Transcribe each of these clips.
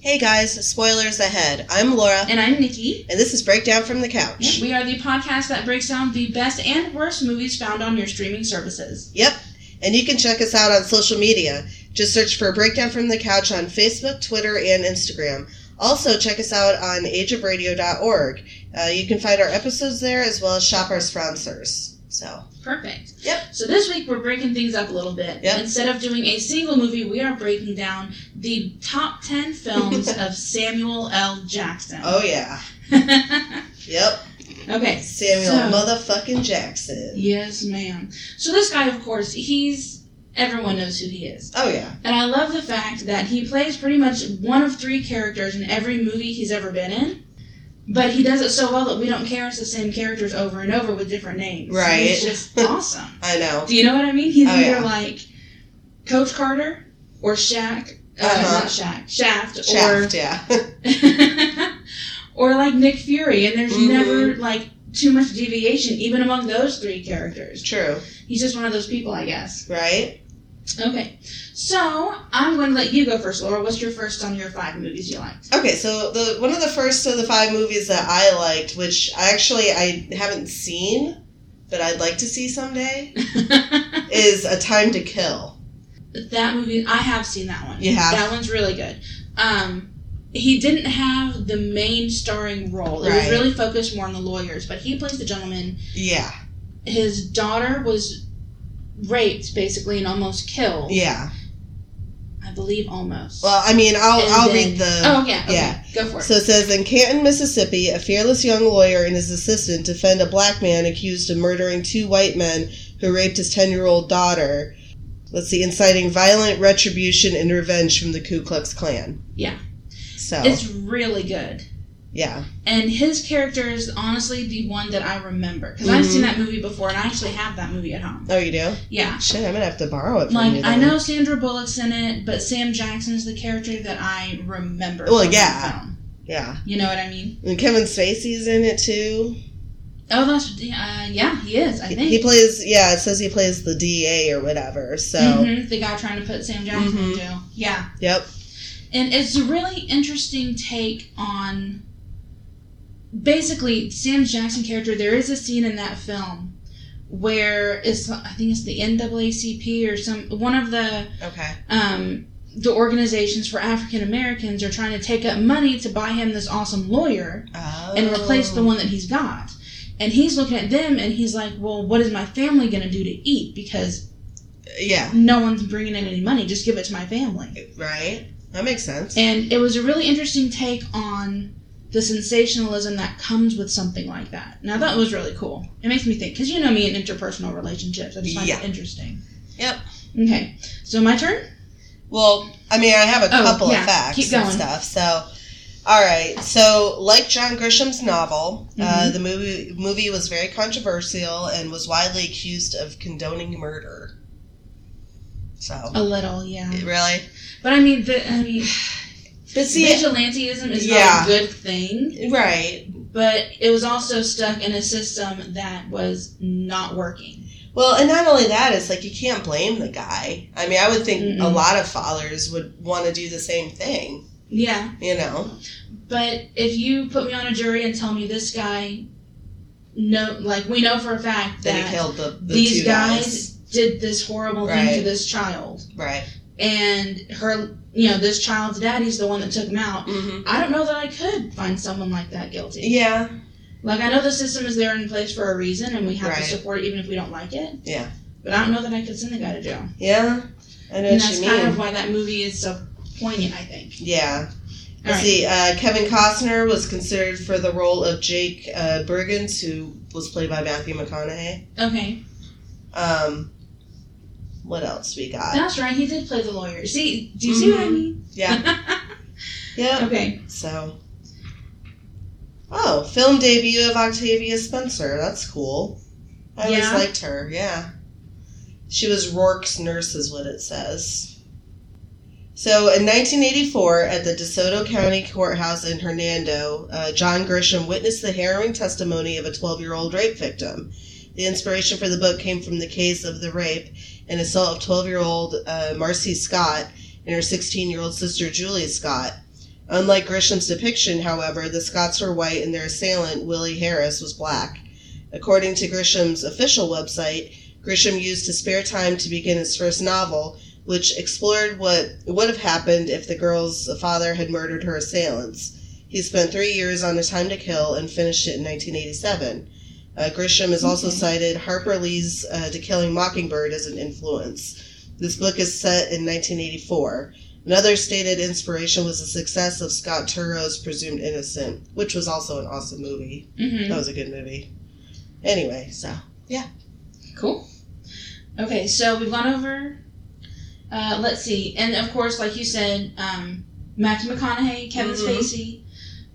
Hey guys, spoilers ahead. I'm Laura, And I'm Nikki. and this is Breakdown from the Couch. We are the podcast that breaks down the best and worst movies found on your streaming services. Yep, and you can check us out on social media. Just search for Breakdown from the Couch on Facebook, Twitter, and Instagram. Also, check us out on ageofradio.org. Uh, you can find our episodes there as well as shop our sponsors. So, Perfect. Yep. So this week we're breaking things up a little bit. Yep. Instead of doing a single movie, we are breaking down the top 10 films of Samuel L. Jackson. oh yeah. Yep, okay. Samuel So- motherfucking Jackson. Yes, ma'am. So this guy, of course, he's. Everyone knows who he is. Oh yeah. And I love the fact that he plays pretty much one of three characters in every movie he's ever been in. But he does it so well that we don't care it's the same characters over and over with different names. Right. It's just awesome. I know. Do you know what I mean? He's Oh, either yeah. like Coach Carter or Shaq. Uh, Uh-huh. Not Shaq. Shaft. Shaft, yeah. Or, or like Nick Fury. And there's Mhm. never like too much deviation even among those three characters. True, He's just one of those people, I guess. right? Okay, so I'm going to let you go first, Laura. What's your first on your five movies you liked? Okay, so the one of the first of the five movies that I liked, which actually I haven't seen, but I'd like to see someday, is A Time to Kill. that movie, I have seen that one. You have? That one's really good. Um, he didn't have the main starring role. It Right. was really focused more on the lawyers, but he plays the gentleman. Yeah, His daughter was raped, basically, and almost killed. yeah. I believe almost. Well, I mean, I'll And I'll then- read the. oh, yeah. Okay. yeah. Go for it. So it says in Canton, Mississippi, a fearless young lawyer and his assistant defend a black man accused of murdering two white men who raped his ten-year-old daughter. Let's see, inciting violent retribution and revenge from the Ku Klux Klan. Yeah. So it's really good. yeah, And his character is honestly the one that I remember because I've Mhm. seen that movie before, and I actually have that movie at home. oh, you do. Yeah, Shit, I'm gonna have to borrow it from you. like I then. know Sandra Bullock's in it, but Sam Jackson's the character that I remember. Well, from that yeah. film. Yeah, you know what I mean. and Kevin Spacey's in it too. Oh, that's uh, yeah, he is. I He- think He plays. Yeah, it says he plays the DA or whatever. So, Mhm, the guy trying to put Sam Jackson Mhm. in jail. Yeah, yep. and it's a really interesting take on basically Sam Jackson character. There is a scene in that film where it's I think it's the NAACP or some one of the Okay. um, the organizations for African Americans are trying to take up money to buy him this awesome lawyer Oh. and replace the one that he's got. And he's looking at them and he's like, Well, what is my family going to do to eat? Because Yeah. no one's bringing in any money. Just give it to my family. Right. That makes sense. And it was a really interesting take on the sensationalism that comes with something like that. Now, that was really cool. It makes me think, because you know me in interpersonal relationships. I just find Yeah. it interesting. Yep. Okay. So, my turn? Well, I mean, I have a Oh, couple yeah. of facts Keep and going. stuff. So, all right. So, like John Grisham's novel, uh, Mm-hmm. the movie movie was very controversial and was widely accused of condoning murder. So, A little, yeah. really, But I mean, the, I mean, but see, vigilantism is Yeah. not a good thing, right. but it was also stuck in a system that was not working. Well, and not only that, it's like you can't blame the guy. I mean, I would think a Mm-mm. lot of fathers would want to do the same thing, Yeah, you know? but if you put me on a jury and tell me this guy, no, like we know for a fact That he that killed the, the these two guys did this horrible thing Right. to this child, Right. and her, you know, this child's daddy's the one that took him out. hmm I don't know that I could find someone like that guilty. Yeah. Like I know the system is there in place for a reason, and we have Right. to support it even if we don't like it. Yeah. But I don't know that I could send the guy to jail, Yeah. I know and what that's you mean. kind of why that movie is so poignant. I think. yeah. All Let's right. see. Uh, Kevin Costner was considered for the role of Jake uh, Bergens, who was played by Matthew McConaughey. Okay, Um, what else we got? that's right. He did play the lawyer. See, do you see what I Mhm. mean? Yeah. Yep. okay. So. Oh, film debut of Octavia Spencer. That's cool. I Yeah. always liked her, yeah. She was Rourke's nurse, is what it says. So in 1984, at the DeSoto County Courthouse in Hernando, uh, John Grisham witnessed the harrowing testimony of a 12 year old rape victim. The inspiration for the book came from the case of the rape and assault of 12 year old uh, Marcy Scott and her 16 year old sister Julie Scott. Unlike Grisham's depiction, however, the Scots were white and their assailant, Willie Harris, was black. According to Grisham's official website, Grisham used his spare time to begin his first novel, which explored what would have happened if the girl's father had murdered her assailants. He spent three years on A Time to Kill and finished it in 1987. Uh, Grisham has also Okay. cited Harper Lee's uh, To Killing Mockingbird as an influence. This book is set in 1984. Another stated inspiration was the success of Scott Turo's Presumed Innocent, which was also an awesome movie. Mm-hmm. That was a good movie. Anyway, so Cool. Okay, so we've gone over. Uh, let's see, and of course, like you said, um, Matthew McConaughey, Kevin Mhm. Spacey,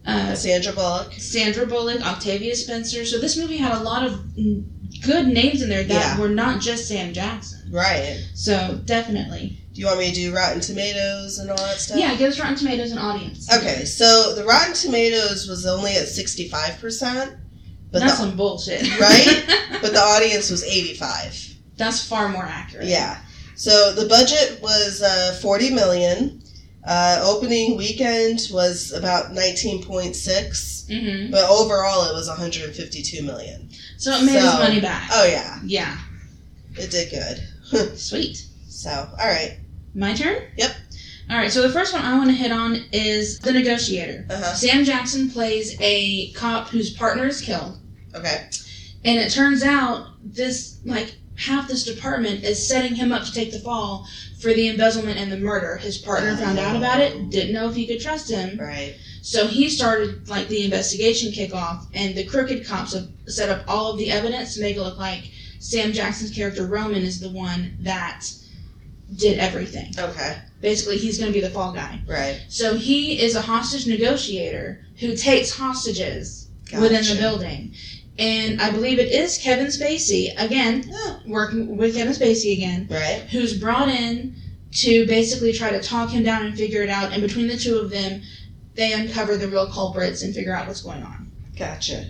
uh, Sandra Bullock. Sandra Bullock, Octavia Spencer. So this movie had a lot of mm, good names in there that Yeah. were not just Sam Jackson. Right. So definitely, Do you want me to do Rotten Tomatoes and all that stuff? yeah, give us Rotten Tomatoes an audience. Okay, so the Rotten Tomatoes was only at 65%, but that's the, some bullshit, Right? but the audience was 85. that's far more accurate. Yeah. So the budget was uh, 40 million. Uh, opening weekend was about 19.6, hmm but overall it was 152 million. So it made us So- money back. Oh yeah, Yeah. it did good. Sweet. So all right. My turn? Yep. All right, so the first one I want to hit on is The Negotiator. Uh-huh. Sam Jackson plays a cop whose partner is killed, Okay. and it turns out this, like, half this department is setting him up to take the fall for the embezzlement and the murder. His partner found out about it, didn't know if he could trust him, Right. so he started, like, the investigation kickoff, and the crooked cops have set up all of the evidence to make it look like Sam Jackson's character Roman is the one that did everything. Okay. Basically, he's going to be the fall guy. Right. So he is a hostage negotiator who takes hostages within the Gotcha. building. And I believe it is Kevin Spacey, again, Yeah. working with Kevin Spacey again, Right. who's brought in to basically try to talk him down and figure it out. And between the two of them, they uncover the real culprits and figure out what's going on. Gotcha.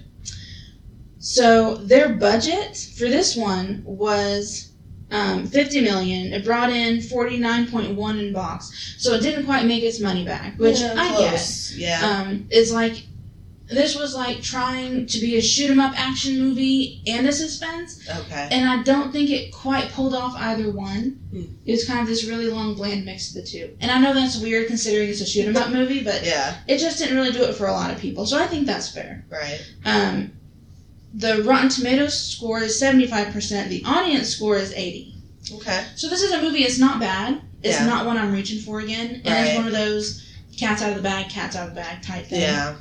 So their budget for this one was um, 50 million. It brought in 49.1 in box. So it didn't quite make its money back, which Yeah, I close. guess. Yeah. um, is like this was like trying to be a shoot 'em up action movie and a suspense, okay. and I don't think it quite pulled off either one. Hmm. It was kind of this really long, bland mix of the two. And I know that's weird considering it's a shoot 'em up movie, but Yeah. it just didn't really do it for a lot of people. So I think that's fair. Right. Um, the Rotten Tomatoes score is seventy five percent. The audience score is eighty. Okay. So this is a movie. It's not bad. It's Yeah. not one I'm reaching for again. And Right. it's one of those cats out of the bag, cats out of the bag type thing. Yeah.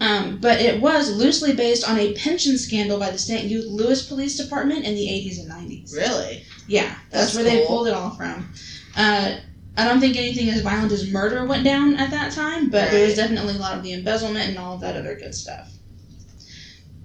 Um, but it was loosely based on a pension scandal by the St. Louis Police Department in the 80s and 90s. Really. Yeah, that's, That's where they cool. pulled it all from. Uh, I don't think anything as violent as murder went down at that time, but there was Right. definitely a lot of the embezzlement and all of that other good stuff.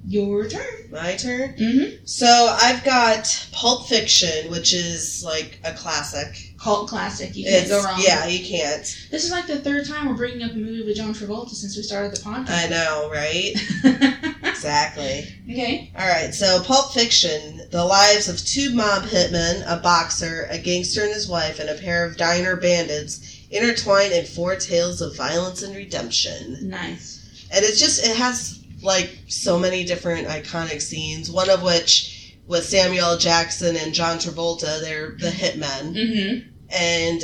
Your turn. My turn. Mm-hmm. So I've got Pulp Fiction, which is like a classic. Cult classic. You can't It's- go wrong. Yeah, you can't. This is like the third time we're bringing up a movie with John Travolta since we started the I podcast. know, right? Exactly. okay. All right, so Pulp Fiction, the lives of two mob hitmen, a boxer, a gangster and his wife, and a pair of diner bandits intertwine in four tales of violence and redemption. Nice. And it's just, it has like so many different iconic scenes, one of which was Samuel L. Jackson and John Travolta, they're the hitmen. Mm-hmm. And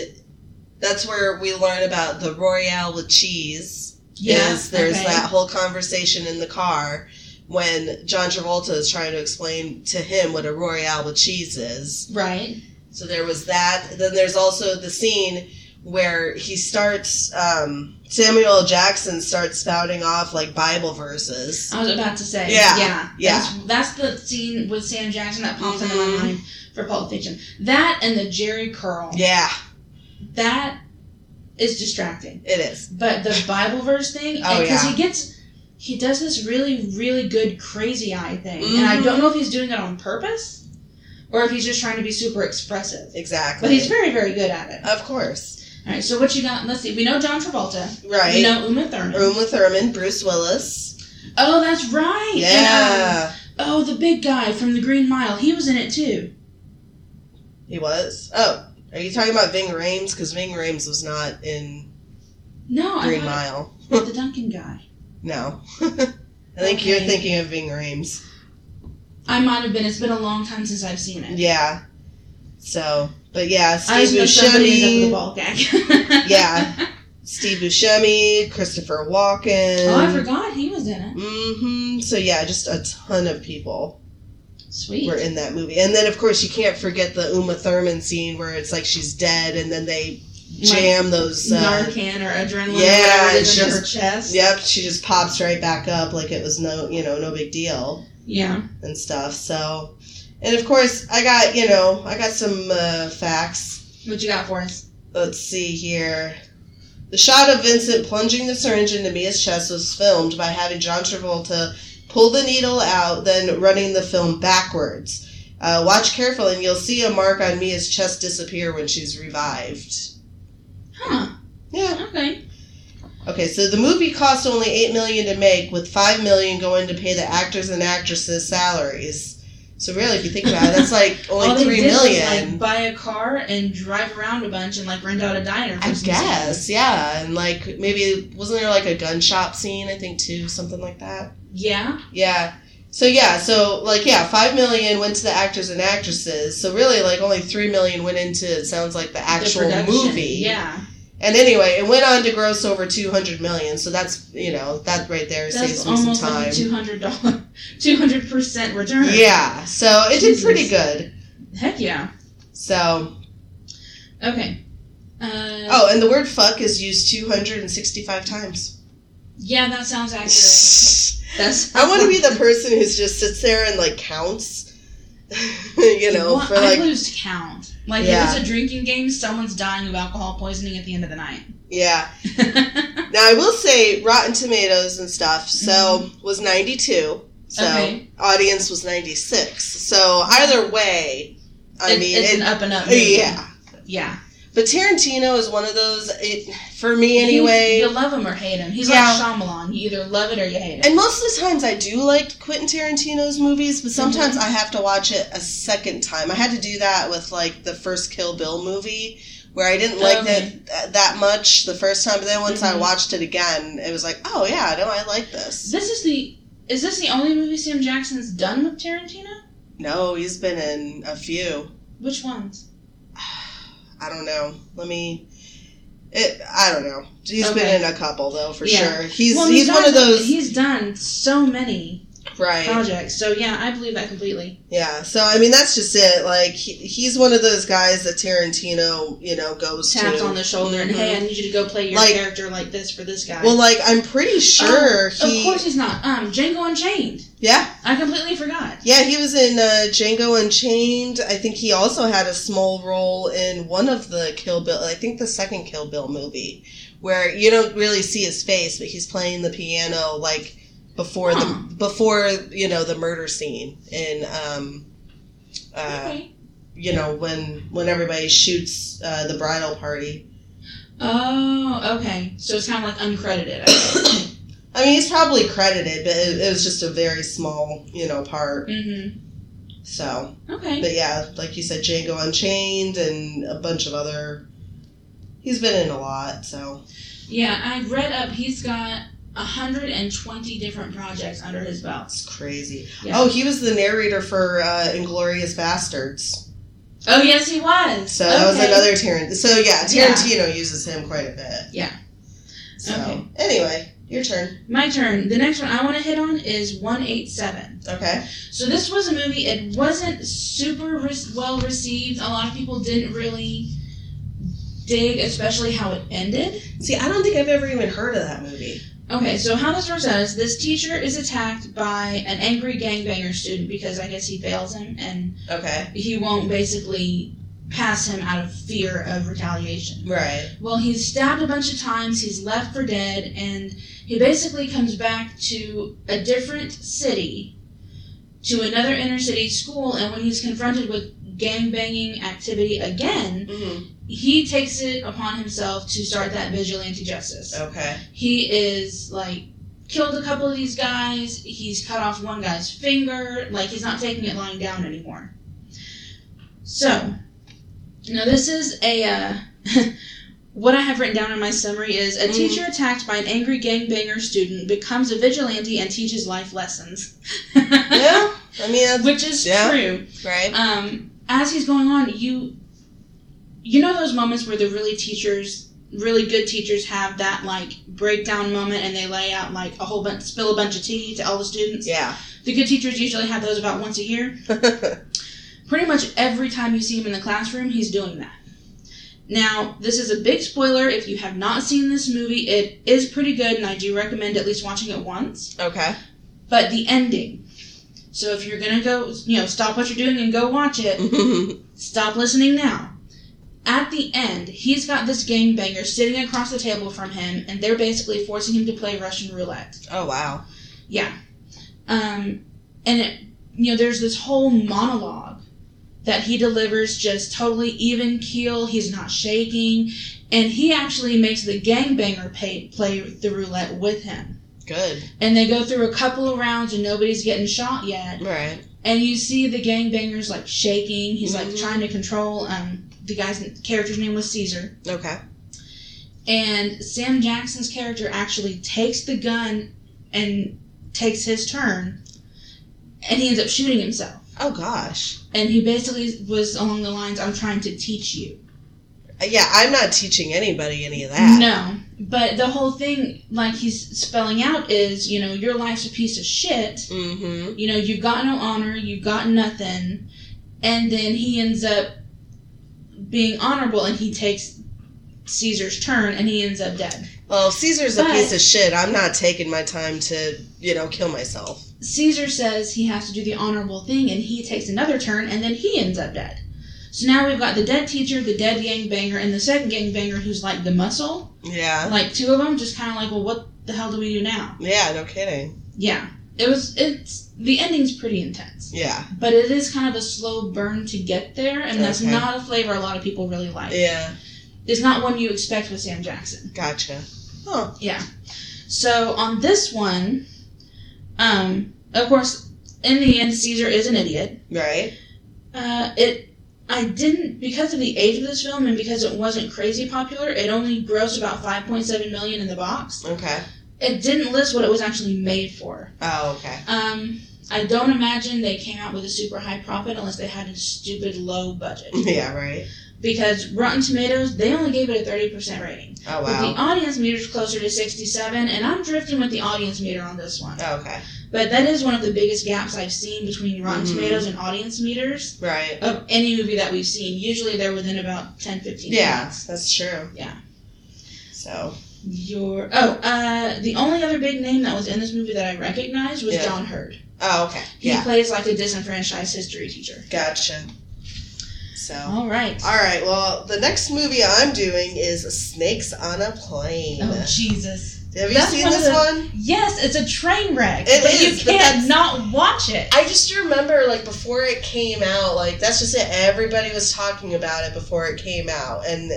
that's where we learn about the Royale with cheese is there's that whole conversation in the car when John Travolta is trying to explain to him what a Royale with cheese is. Right. So there was that. Then there's also the scene where he starts, um, Samuel L. Jackson starts spouting off like Bible verses. I was about to say. Yeah, Yeah. yeah. That's, that's the scene with Sam Jackson that pops into my Mhm. mind for Pulp Fiction. That and the Jerry curl. Yeah, That is distracting. it is. But the Bible verse thing, Oh, because yeah. he gets, he does this really, really good crazy eye thing. And I Mm-hmm. don't know if he's doing it on purpose or if he's just trying to be super expressive. Exactly. But he's very, very good at it. of course. All right, so what you got? Let's see. We know John Travolta. Right. We know Uma Thurman. Uma Thurman, Bruce Willis. Oh, that's right. And, um, Yeah. Oh, the big guy from the Green Mile. He was in it too. He was. Oh, are you talking about Ving Rhames? Because Ving Rhames was not in No, Green I Mile. thought the Duncan guy. No. I think you're Okay. thinking of Ving Rhames. I might have been. It's been a long time since I've seen it. Yeah. So, but yeah, I just Steve know somebody is up with a Buscemi, ball gag. Yeah. Steve Buscemi, Christopher Walken. Oh, I forgot he was in it. hmm So yeah, just a ton of people Sweet. were in that movie, and then of course you can't forget the Uma Thurman scene where it's like she's dead, and then they jam those. Uh, Narcan or adrenaline. or yeah, whatever it it's is into just- her chest. Yep, she just pops right back up like it was no, you know, no big deal Yeah. and stuff. So, and of course I got you know I got some uh, facts What you got for us? Let's see here. The shot of Vincent plunging the syringe into Mia's chest was filmed by having John Travolta pull the needle out, then running the film backwards. Uh, watch carefully, and you'll see a mark on Mia's chest disappear when she's revived. Huh. Yeah. Okay. Okay, so the movie cost only eight million to make, with five million going to pay the actors and actresses' salaries. So really, if you think about it, that's like All only they three did was, million. like buy a car and drive around a bunch and like rent out a diner. for I some guess, yeah. And like maybe wasn't there like a gun shop scene, I think too, something like that. reason. Yeah. Yeah. So yeah, so like yeah, five million went to the actors and actresses. So really like only three million went into it sounds like the the actual production. movie. Yeah. And anyway, it went on to gross over two hundred million, so that's you know, that right there That's saves me some almost like time. a two hundred dollar, two hundred percent return. yeah. So it did pretty Jesus. good. Heck yeah. So Okay. Uh, oh, and the word fuck is used two hundred and sixty five times. Yeah, that sounds accurate. That's. I want to be the person who just sits there and like counts, you know, Well, for I like lose count. Like Yeah. if it's a drinking game, someone's dying of alcohol poisoning at the end of the night. yeah. Now I will say Rotten Tomatoes and stuff. So was ninety two. So Mm-hmm. Okay. audience was ninety six. So either way, I It's- mean, it's it, an up and up. movie. yeah. yeah. But Tarantino is one of those. It for me you, anyway. you love him or hate him. He's Yeah. like Shyamalan. You either love it or you hate it. and most of the times I do like Quentin Tarantino's movies, but sometimes Mm-hmm. I have to watch it a second time. I had to do that with like the first Kill Bill movie, where I didn't like Okay. it th- that much the first time, but then once I Mhm. watched it again, it was like, oh yeah, no, I like this. This is the. Is this the only movie Sam Jackson's done with Tarantino? No, he's been in a few. Which ones? I don't know. Let me. It, I don't know. He's Okay. been in a couple though, for Yeah. sure. He's Well, he's done- one of those He's done so many right. projects. So yeah, I believe that completely. Yeah, so I mean that's just it. Like he, he's one of those guys that Tarantino, you know, goes Taps to. on the shoulder and hey, I need you to go play your Like- character like this for this guy. Oh, well, like I'm pretty sure of he. course he's not. Um, Django Unchained. Yeah, I completely forgot. yeah, he was in uh, Django Unchained. I think he also had a small role in one of the Kill Bill. I think the second Kill Bill movie, where you don't really see his face, but he's playing the piano like before Huh. the before you know the murder scene in um. Uh, okay. you know when when everybody shoots uh, the bridal party. Oh, okay. So it's kind of like uncredited. I guess. I mean, he's probably credited, but it, it was just a very small you know part. mm-hmm. So, Okay. but yeah, like you said, Django Unchained and a bunch of other. He's been in a lot, so Yeah, I read up. He's got 120 different projects under his belt. it's crazy. Yeah. Oh, he was the narrator for uh, Inglorious Bastards, Oh, yes, he was. so that was Okay. another Tarantino. So yeah, Yeah. Tarantino uses him quite a bit. Yeah. So Okay. anyway, your turn. My turn. The next one I want to hit on is 187. Okay. So this was a movie. It wasn't super re- well received. A lot of people didn't really dig, especially how it ended. See, I don't think I've ever even heard of that movie. Okay, so how this works out is this teacher is attacked by an angry gangbanger student because I guess he fails him and Okay. he won't basically pass him out of fear of retaliation. Right. Well, he's stabbed a bunch of times, he's left for dead, and he basically comes back to a different city, to another inner city school, and when he's confronted with gangbanging activity again, Mm-hmm. he takes it upon himself to start that vigilante justice Okay. he is like killed a couple of these guys he's cut off one guy's finger like he's not taking it lying down anymore so now this is a uh, what I have written down in my summary is a Mhm. teacher attacked by an angry gangbanger student becomes a vigilante and teaches life lessons. Yeah, I mean, that's Which is Yeah. true. right. Um, as he's going on, you you know those moments where the really teachers, really good teachers have that like breakdown moment and they lay out like a whole bunch spill a bunch of tea to all the students. Yeah. The good teachers usually have those about once a year. pretty much every time you see him in the classroom, he's doing that. Now, this is a big spoiler. If you have not seen this movie, it is pretty good, and I do recommend at least watching it once. okay. But the ending. So if you're gonna go, you know, stop what you're doing and go watch it. Stop listening now. At the end, he's got this gangbanger sitting across the table from him, and they're basically forcing him to play Russian roulette. oh wow. Yeah. Um, and it, you know, there's this whole monologue that he delivers just totally even keel. He's not shaking. And he actually makes the gangbanger pay, play the roulette with him. Good. And they go through a couple of rounds and nobody's getting shot yet. Right. And you see the gangbangers like shaking. He's like Mhm. trying to control, um, the guy's character's name was Caesar. Okay. And Sam Jackson's character actually takes the gun and takes his turn, and he ends up shooting himself. Oh gosh. And he basically was along the lines, "I'm trying to teach you." Yeah, I'm not teaching anybody any of that. No, but the whole thing, like he's spelling out, is you know your life's a piece of shit. Mm-hmm. You know you've got no honor, you've got nothing, and then he ends up being honorable, and he takes Caesar's turn, and he ends up dead. Well, if Caesar's a But- piece of shit, I'm not taking my time to, you know, kill myself. Caesar says he has to do the honorable thing, and he takes another turn, and then he ends up dead. So now we've got the dead teacher, the dead gangbanger, and the second gangbanger who's like the muscle. Yeah. Like two of them, just kind of like, well, what the hell do we do now? Yeah. No kidding. Yeah, it was. It's the ending's pretty intense, Yeah. but it is kind of a slow burn to get there, and that's Okay. not a flavor a lot of people really like. Yeah. It's not one you expect with Sam Jackson. Gotcha. Huh. Yeah. So on this one, um, of course, in the end, Caesar is an idiot. Right. Uh, it, I didn't because of the age of this film and because it wasn't crazy popular. It only grossed about five point seven million in the box. Okay. It didn't list what it was actually made for. Oh, okay. Um, I don't imagine they came out with a super high profit unless they had a stupid low budget. Yeah. Right. Because Rotten Tomatoes, they only gave it a thirty percent rating. Oh But wow. the audience meter's closer to 67, and I'm drifting with the audience meter on this one. Oh, okay. But that is one of the biggest gaps I've seen between Rotten Mhm. Tomatoes and audience meters Right. of any movie that we've seen. Usually they're within about 10, 15 Yeah. minutes. That's true. Yeah. So. Your, oh, uh, the only other big name that was in this movie that I recognized was Yeah. John Hurd. Oh, okay. He Yeah. plays like a disenfranchised history teacher. Gotcha. So. All right. All right. Well, the next movie I'm doing is Snakes on a Plane. Oh, Jesus. Have you That's seen one of this the- one? Yes, it's a train wreck. It but is, you but that's- can't not watch it. I just remember, like, before it came out, like, that's just it. Everybody was talking about it before it came out. And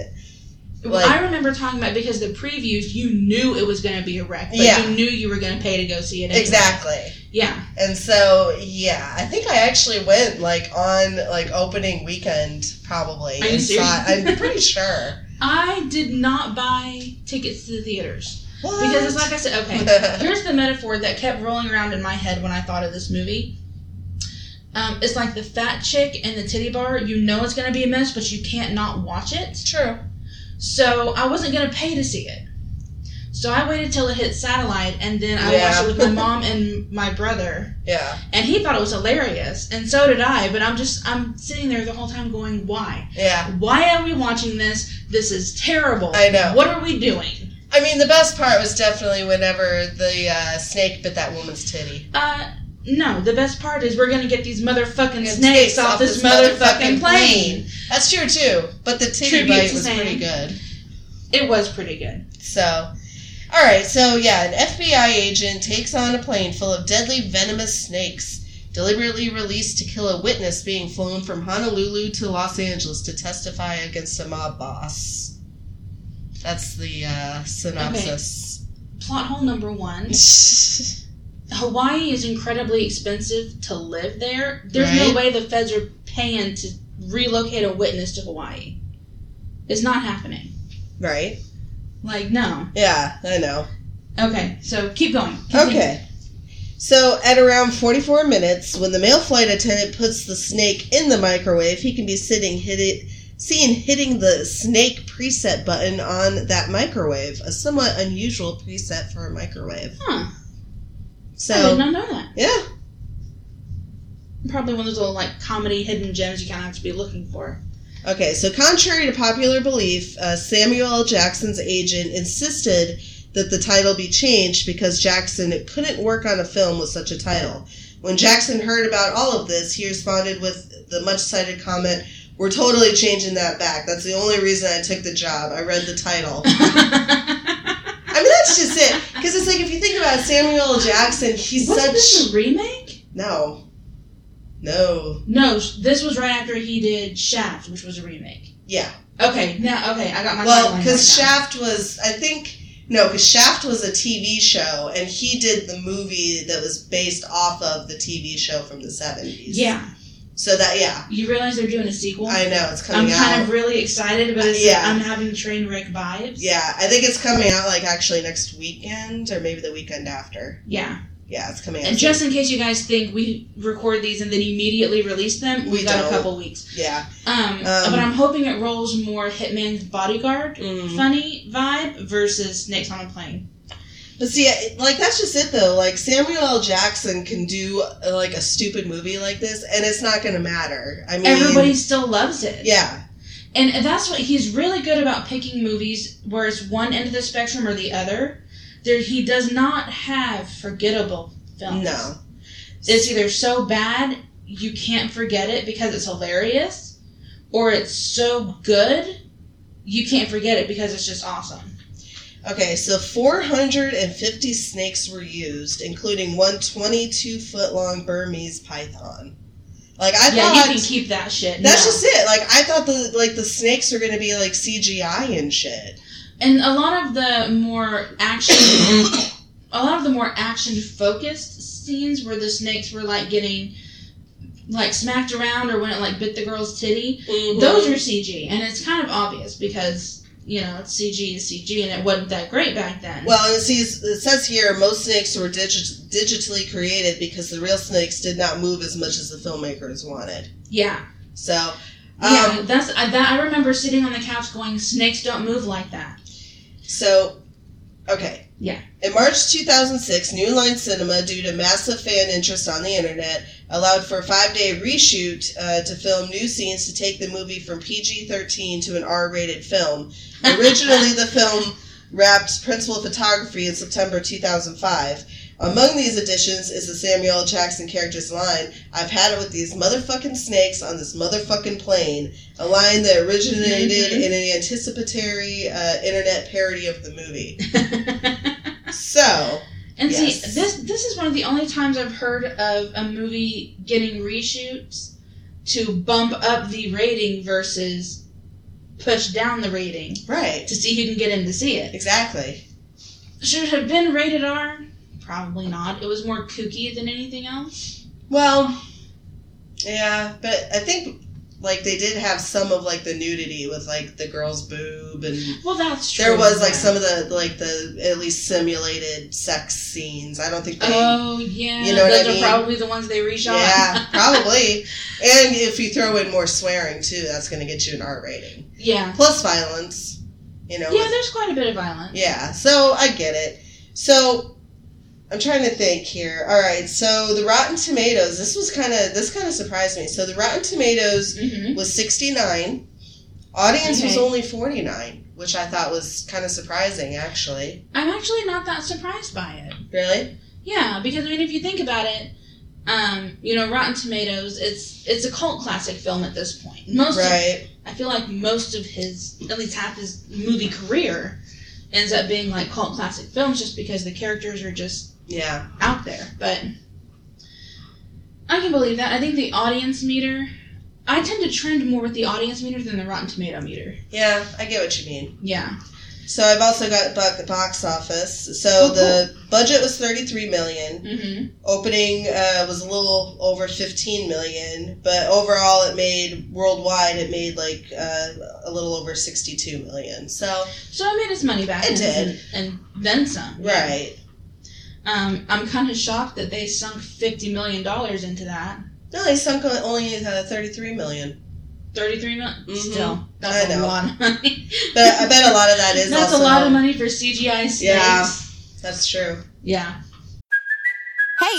like- I remember talking about it because the previews, you knew it was going to be a wreck, but Yeah. you knew you were going to pay to go see it. anyway. exactly. Yeah. And so, yeah, I think I actually went, like, on, like, opening weekend, probably. Are you and serious? saw it. I'm pretty sure. I did not buy tickets to the theaters What? because it's like I said. Okay, here's the metaphor that kept rolling around in my head when I thought of this movie. Um, it's like the fat chick and the titty bar. You know it's going to be a mess, but you can't not watch it. true. So I wasn't going to pay to see it. So I waited till it hit satellite, and then I Yeah. watched it with my mom and my brother. Yeah. and he thought it was hilarious and so did i but i'm just i'm sitting there the whole time going why Yeah. why are we watching this this is terrible I know. what are we doing I mean, the best part was definitely whenever the uh, snake bit that woman's titty. uh no the best part is we're gonna get these motherfucking And snakes off this motherfucking plane That's true too. But the titty Tribute bite to was Sam. pretty good. it was pretty good So, all right. So yeah, an FBI agent takes on a plane full of deadly venomous snakes. Deliberately released to kill a witness being flown from Honolulu to Los Angeles to testify against a mob boss. That's the uh, synopsis. plot hole number one hawaii is incredibly expensive to live there there's Right. no way the feds are paying to relocate a witness to hawaii it's not happening Right? Like, no. Yeah, I know. Okay, so keep going. Continue. Okay. So, at around 44 minutes, when the male flight attendant puts the snake in the microwave, he can be sitting hit it, seen hitting the snake preset button on that microwave, a somewhat unusual preset for a microwave. Huh. I did So, not know that. yeah, Probably one of those little like comedy hidden gems you kind of have to be looking for. Okay, so contrary to popular belief, uh, Samuel L. Jackson's agent insisted that the title be changed because Jackson couldn't work on a film with such a title. When Jackson heard about all of this, he responded with the much cited comment, We're totally changing that back. That's the only reason I took the job. I read the title. I mean, that's just it. Because it's like, if you think about it, Samuel L. Jackson, he's was such. this a remake? No. No. No, sh- this was right after he did Shaft, which was a remake. Yeah. Okay, now okay, I got my Well, timeline because right now. Shaft was, I think, no, because Shaft was a TV show, and he did the movie that was based off of the TV show from the seventies. Yeah, So that, yeah, you realize they're doing a sequel. I know it's I'm coming out. kind of really excited, but it's Yeah. I'm having train wreck vibes. yeah, I think it's coming out like actually next weekend or maybe the weekend after. Yeah. Yeah, it's coming out. And just in case you guys think we record these and then immediately release them, we We got don't. a couple weeks. yeah, Um, but I'm hoping it rolls more Hitman's Bodyguard Mm-hmm. funny vibe versus Nick's on a plane. but see, I- like that's just it though. Like Samuel L. Jackson can do uh, like a stupid movie like this, and it's not gonna matter. I mean, Everybody still loves it. yeah, And that's what he's really good about picking movies where it's one end of the spectrum or the other. There he does not have forgettable films. no, It's either so bad you can't forget it because it's hilarious, or it's so good you can't forget it because it's just awesome. Okay, so 450 snakes were used, including one 22 foot long Burmese python. Like I yeah, thought, you can keep that shit. that's No. just it. Like I thought the like the snakes were gonna be like CGI and shit. and a lot of the more action, a lot of the more action focused scenes where the snakes were like getting like smacked around or when it like bit the girl's titty. Those are CG, and it's kind of obvious because you know it's CG is CG, and it wasn't that great back then. well, and it, sees, it says here most snakes were digit, digitally created because the real snakes did not move as much as the filmmakers wanted. yeah. So, um, Yeah, that's I, that. I remember sitting on the couch going, "Snakes don't move like that." So, okay. Yeah. In March 2006, New Line Cinema, due to massive fan interest on the internet, allowed for a five day reshoot uh, to film new scenes to take the movie from PG 13 to an R rated film. Originally, the film wrapped principal photography in September 2005. Among these additions is the Samuel L. Jackson character's line, I've had it with these motherfucking snakes on this motherfucking plane, a line that originated Mhm. in an anticipatory uh, internet parody of the movie. So, and see, Yes. this this is one of the only times I've heard of a movie getting reshoots to bump up the rating versus push down the rating right. to see who can get in to see it. Exactly. Should it have been rated R? Probably not. It was more kooky than anything else. Well, yeah, but I think like they did have some of like the nudity with like the girl's boob and Well, that's true. there was like yeah. some of the like the at least simulated sex scenes. I don't think they Oh yeah, You know what those I mean? are probably the ones they reshot. Yeah, probably. and if you throw in more swearing too, that's going to get you an R rating. yeah, Plus violence, you know. yeah. with- There's quite a bit of violence. Yeah, so I get it. So I'm trying to think here. All right, so the Rotten Tomatoes. This was kind of this kind of surprised me. So the Rotten Tomatoes Mm-hmm. was 69. Audience was Okay. only 49, which I thought was kind of surprising, actually. I'm actually not that surprised by it. Really? Yeah, because I mean, if you think about it, um, you know, Rotten Tomatoes, it's it's a cult classic film at this point. Most, of- Right. I feel like most of his, at least half his movie career, ends up being like cult classic films, just because the characters are just Yeah. out there. But I can believe that. I think the audience meter. I tend to trend more with the audience meter than the Rotten Tomato meter. Yeah, I get what you mean. Yeah. Oh, So I've also got bu- box office. So the Budget was 33 million. Mm-hmm. Opening uh, was a little over 15 million, but overall it made worldwide it made like uh, a little over 62 million. So So I made his money back. It and, did. and then some. right, Um, I'm kind of shocked that they sunk fifty million dollars into that. no, they sunk only uh, 33 million, Thirty-three million. Mhm. Still, that's I a know. lot of money. but I bet a lot of that is that's also, a lot of money for CGI snakes. Yeah. That's true. Yeah. Hey,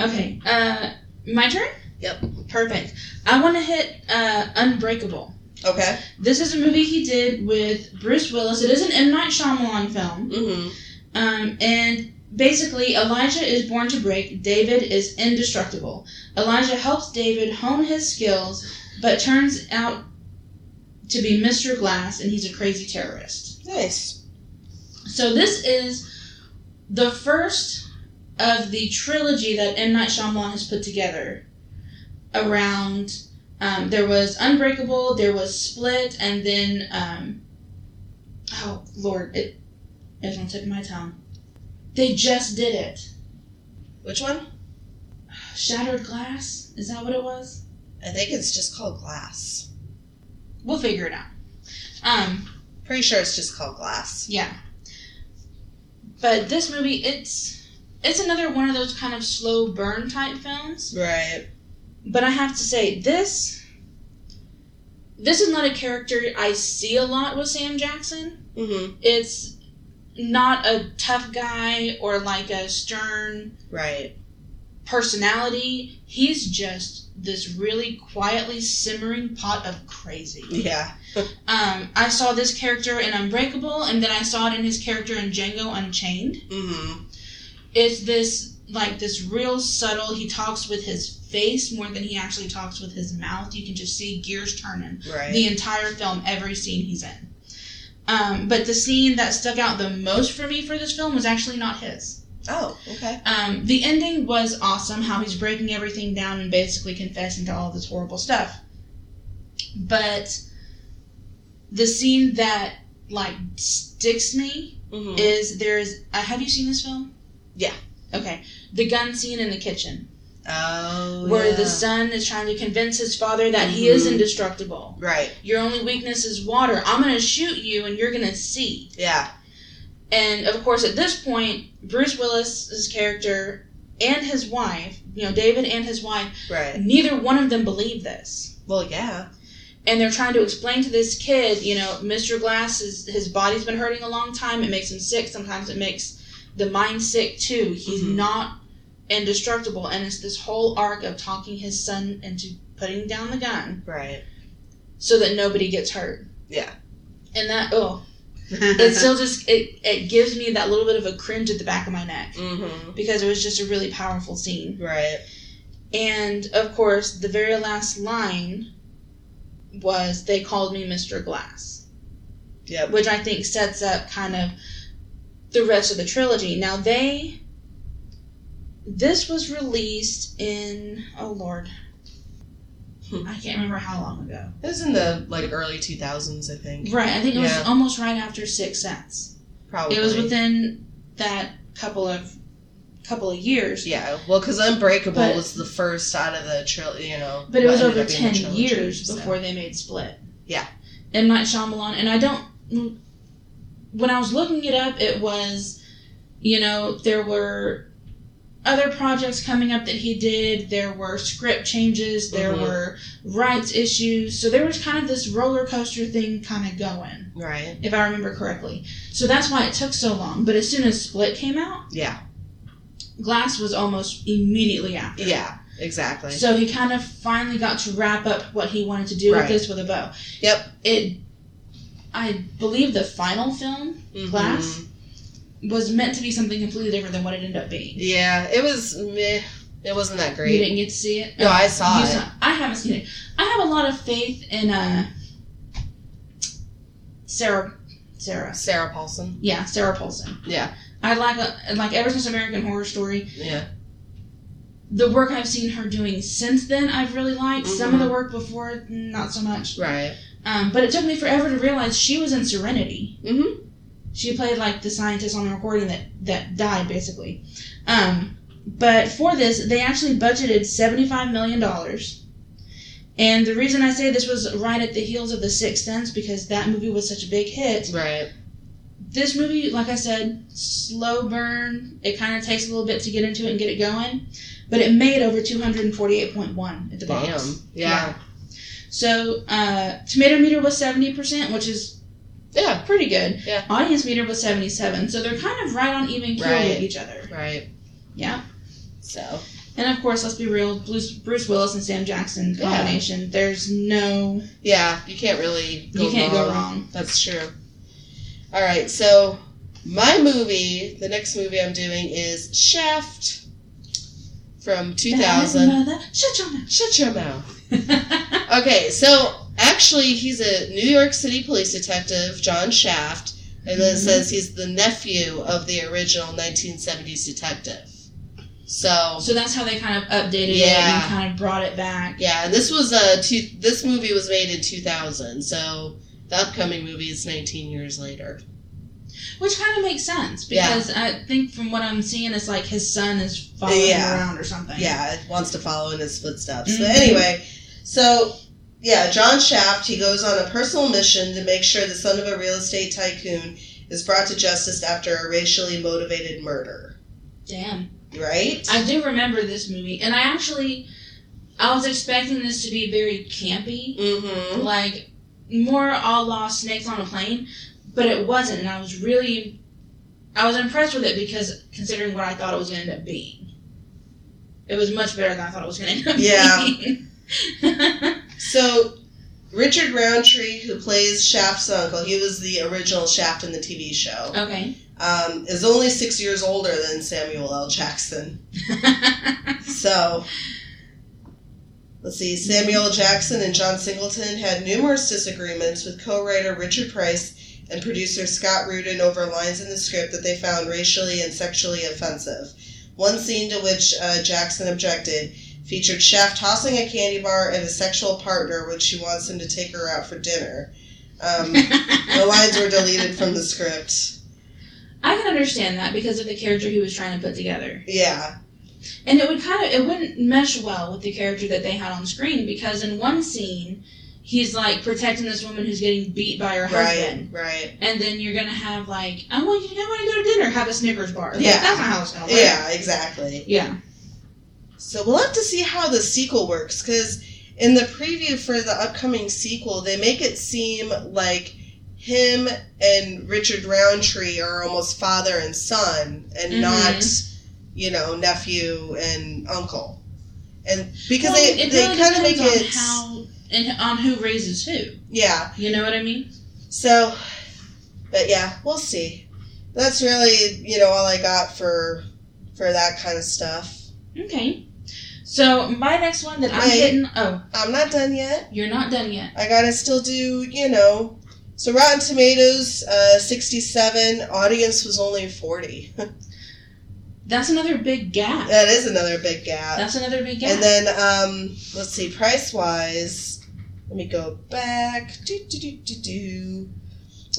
Okay. Uh, my turn. Yep. Perfect. I want to hit uh, Unbreakable. Okay. This is a movie he did with Bruce Willis. It is an M Night Shyamalan film. Mm-hmm. Um, and basically, Elijah is born to break. David is indestructible. Elijah helps David hone his skills, but turns out to be Mr. Glass, and he's a crazy terrorist. Nice. So this is the first of the trilogy that M Night Shyamalan has put together. Around um, there was Unbreakable, there was Split, and then um, oh Lord, it it's on the tip of my tongue. They just did it. Which one? Shattered glass? Is that what it was? I think it's just called glass. We'll figure it out. Um, Pretty sure it's just called glass. yeah. But this movie, it's it's another one of those kind of slow burn type films. Right. But I have to say this this is not a character I see a lot with Sam Jackson. Mm-hmm. It's not a tough guy or like a stern Right. personality. He's just this really quietly simmering pot of crazy. Yeah. Um, I saw this character in Unbreakable, and then I saw it in his character in Django Unchained. Mm-hmm. It's this like this real subtle. He talks with his face more than he actually talks with his mouth. You can just see gears turning Right. the entire film, every scene he's in. Um, but the scene that stuck out the most for me for this film was actually not his. oh. Okay. Um, the ending was awesome, how he's breaking everything down and basically confessing to all this horrible stuff. But the scene that like sticks me Mm-hmm. is there is uh, have you seen this film? Yeah. Okay. The gun scene in the kitchen Oh. where yeah. the son is trying to convince his father that he is Mhm. indestructible. Right. Your only weakness is water. I'm going to shoot you and you're going to see. Yeah. And of course, at this point, Bruce Willis's character and his wife, you know, David and his wife, Right. neither one of them believe this. Well. Yeah. And they're trying to explain to this kid, you know, Mr. Glass is his body's been hurting a long time. It makes him sick. Sometimes it makes the mind sick too. He's Mhm. not indestructible. And it's this whole arc of talking his son into putting down the gun Right. so that nobody gets hurt. Yeah. And that oh, it still just it it gives me that little bit of a cringe at the back of my neck. mm-hmm. because it was just a really powerful scene. Right. And of course, the very last line was they called me Mr. Glass, Yep. which I think sets up kind of the rest of the trilogy. Now they this was released in oh lord. Hmm. I can't remember how long ago. It was in the like early two thousands, I think. Right, I think it was Yeah. almost right after Six Sense. Probably. It was within that couple of couple of years. Yeah. Well, because Unbreakable But- was the first out of the trilogy. You know. But it was what ended over up being the 10 trilogy, years so. before they made Split. Yeah. And Night Shyamalan. And I don't. When I was looking it up, it was, you know, there were other projects coming up that he did. There were script changes. There Mhm. were rights issues. So there was kind of this roller coaster thing kind of going, Right. if I remember correctly. So that's why it took so long. But as soon as Split came out, Yeah. Glass was almost immediately after. Yeah. Exactly. So he kind of finally got to wrap up what he wanted to do Right. with this with a bow. Yep. It, I believe the final film, Mhm. Glass? was meant to be something completely different than what it ended up being. Yeah, it was meh. It wasn't that You great. didn't get to see it. No, I saw You it. saw- I haven't seen it. I have a lot of faith in uh, Sarah. Sarah. Sarah Paulson. Yeah, Sarah Paulson. Yeah, I like a, like ever since American Horror Story, yeah. the work I've seen her doing since then, I've really liked. Some of Mhm. the work before, not so much. Right. Um, but it took me forever to realize she was in Serenity. Mm-hmm. She played like the scientist on the recording that that died basically. Um, but for this, they actually budgeted seventy five million dollars. And the reason I say this was right at the heels of The Sixth Sense because that movie was such a big hit. Right. This movie, like I said, slow burn. It kind of takes a little bit to get into it and get it going, but it made over two hundred and forty eight point one at the Damn. box. Yeah. So uh, tomato meter was seventy percent, which is Yeah. pretty good. Yeah. Audience meter was 77, so they're kind of right on even keel Right. with each other. Right. Yeah. So And of course, let's be real, Bruce, Bruce Willis and Sam Jackson Yeah. combination, there's no, yeah, you can't really. Go you can't wrong. go wrong. That's true. All right. So my movie, the next movie I'm doing is Shaft from 2000. Mother, Shut your Shut your mouth. mouth. Okay, so actually, he's a New York City police detective, John Shaft, and then it Mhm. says he's the nephew of the original 1970s detective. So, so that's how they kind of updated it Yeah. and kind of brought it back. yeah, and this was a two, this movie was made in 2000, so the upcoming movie is 19 years later. Which kind of makes sense Yeah. because I think from what I'm seeing, it's like his son is following Yeah. him around or something. Yeah, it wants to follow in his footsteps. Mhm. But anyway, so yeah, John Shaft he goes on a personal mission to make sure the son of a real estate tycoon is brought to justice after a racially motivated murder. Damn. Right? I do remember this movie, and I actually, I was expecting this to be very campy, Mm-hmm. like more all lost snakes on a plane, but it wasn't, and I was really, I was impressed with it because considering what I thought it was going to end up being, it was much better than I thought it was going to end up Yeah. being. So Richard Roundtree, who plays Shaft's uncle, he was the original Shaft in the TV show, okay. um, is only six years older than Samuel L. Jackson. So let's see, Samuel Jackson and John Singleton had numerous disagreements with co-writer Richard Price and producer Scott Rudin over lines in the script that they found racially and sexually offensive. One scene to which uh, Jackson objected featured Shaft tossing a candy bar at his sexual partner when she wants him to take her out for dinner. Um, the lines were deleted from the script. I can understand that because of the character he was trying to put together. Yeah, and it would kind of it wouldn't mesh well with the character that they had on screen because in one scene he's like protecting this woman who's getting beat by her right, husband right. and then you're gonna have like i want you i want to go to dinner have a snickers bar Like, Yeah. that's not how it's gonna work Yeah, exactly. yeah So we'll have to see how the sequel works because in the preview for the upcoming sequel, they make it seem like him and Richard Roundtree are almost father and son and Mhm. not, you know, nephew and uncle. And because Well, they, they really kind of make depends on it. how and on who raises who Yeah. you know what i mean So, but yeah, we'll see. That's really, you know, all I got for for that kind of stuff. okay so my next one that i'm Wait. getting oh I'm not done yet. you're not done yet I gotta still do, you know. So Rotten Tomatoes, uh, 67. Audience was only 40. that's another big gap that is another big gap. that's another big gap And then, um, let's see, price wise. Let me go back. Do, do, do, do, do.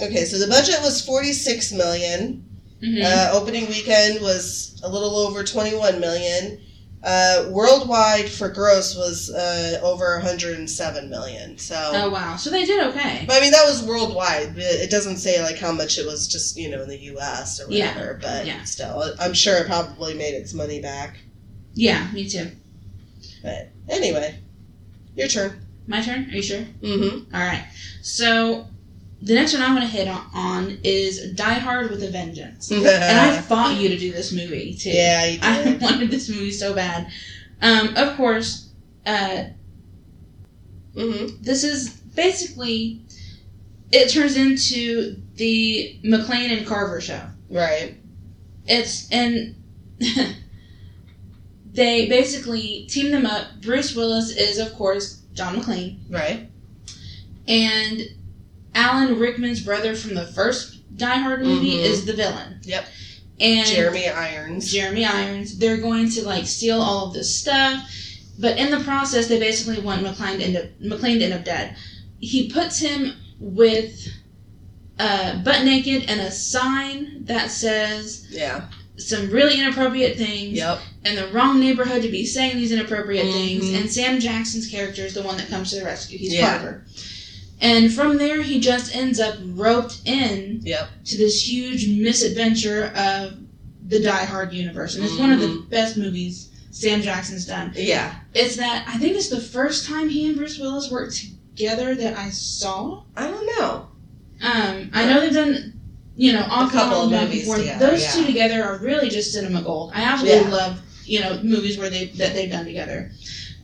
Okay, so the budget was 46 million. Mhm. Uh, opening weekend was a little over 21 million. Uh, worldwide for gross was uh, over 107 million. So, oh wow so they did okay but I mean that was worldwide. It it doesn't say like how much it was just you know in the U.S. or Yeah. whatever. But Yeah. still, I'm sure it probably made its money back. yeah me too But anyway, your turn. my turn are you sure Mm-hmm. All right. So the next one I want to hit on, on is Die Hard with a Vengeance. and I fought you to do this movie too. yeah, you I did. wanted this movie so bad. Um, of course, uh, mm-hmm. this is basically it turns into the McLean and Carver show. Right. It's and they basically team them up. Bruce Willis is of course John McClane, Right. and Alan Rickman's brother from the first Die Hard movie Mhm. is the villain. Yep. And Jeremy Irons. Jeremy Irons. They're going to like steal all of this stuff, but in the process, they basically want McLean to end up McLean to end up dead. He puts him with uh, butt naked and a sign that says yeah. some really inappropriate things Yep. in the wrong neighborhood to be saying these inappropriate things. Mhm. And Sam Jackson's character is the one that comes to the rescue. He's Yeah. clever. And from there, he just ends up roped in Yep. to this huge misadventure of the Die Hard universe. And it's one of the best movies Sam Jackson's done. Yeah. It's that I think it's the first time he and Bruce Willis worked together that I saw. I don't know. Um, I know they've done, you know, off and couple on, of back and movies forth. together, Those two yeah. together are really just cinema gold. I absolutely Yeah. love, you know, movies where they that they've done together.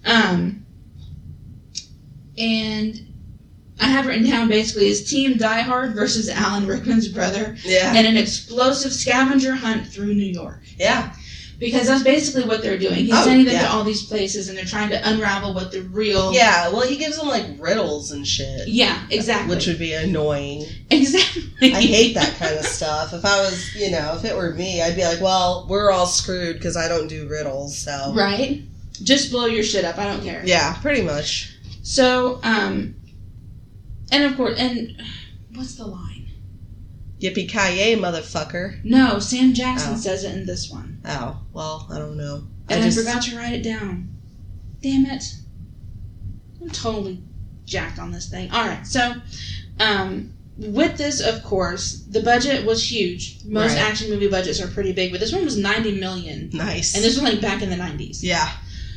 Um, and I have written down basically is Team Die Hard versus Alan Rickman's brother Yeah. and an explosive scavenger hunt through New York. Yeah. Because that's basically what they're doing. He's Oh, sending them yeah. to all these places and they're trying to unravel what the real Yeah. Well, he gives them like riddles and shit, Yeah, exactly. which would be annoying. Exactly. I hate that kind of stuff. If I was, you know, if it were me, I'd be like, well, we're all screwed because I don't do riddles. So, Right? Just blow your shit up. I don't care. yeah, pretty much. So, um, and of course, and what's the line? Yippee ki yay, motherfucker. No, Sam Jackson Oh. says it in this one, Oh, well, I don't know. and I, forgot to write it down. Damn it! I'm totally jacked on this thing. All right, so, um. With this, of course, the budget was huge. Most Right. action movie budgets are pretty big, but this one was ninety million, Nice. and this was like back in the nineties. yeah.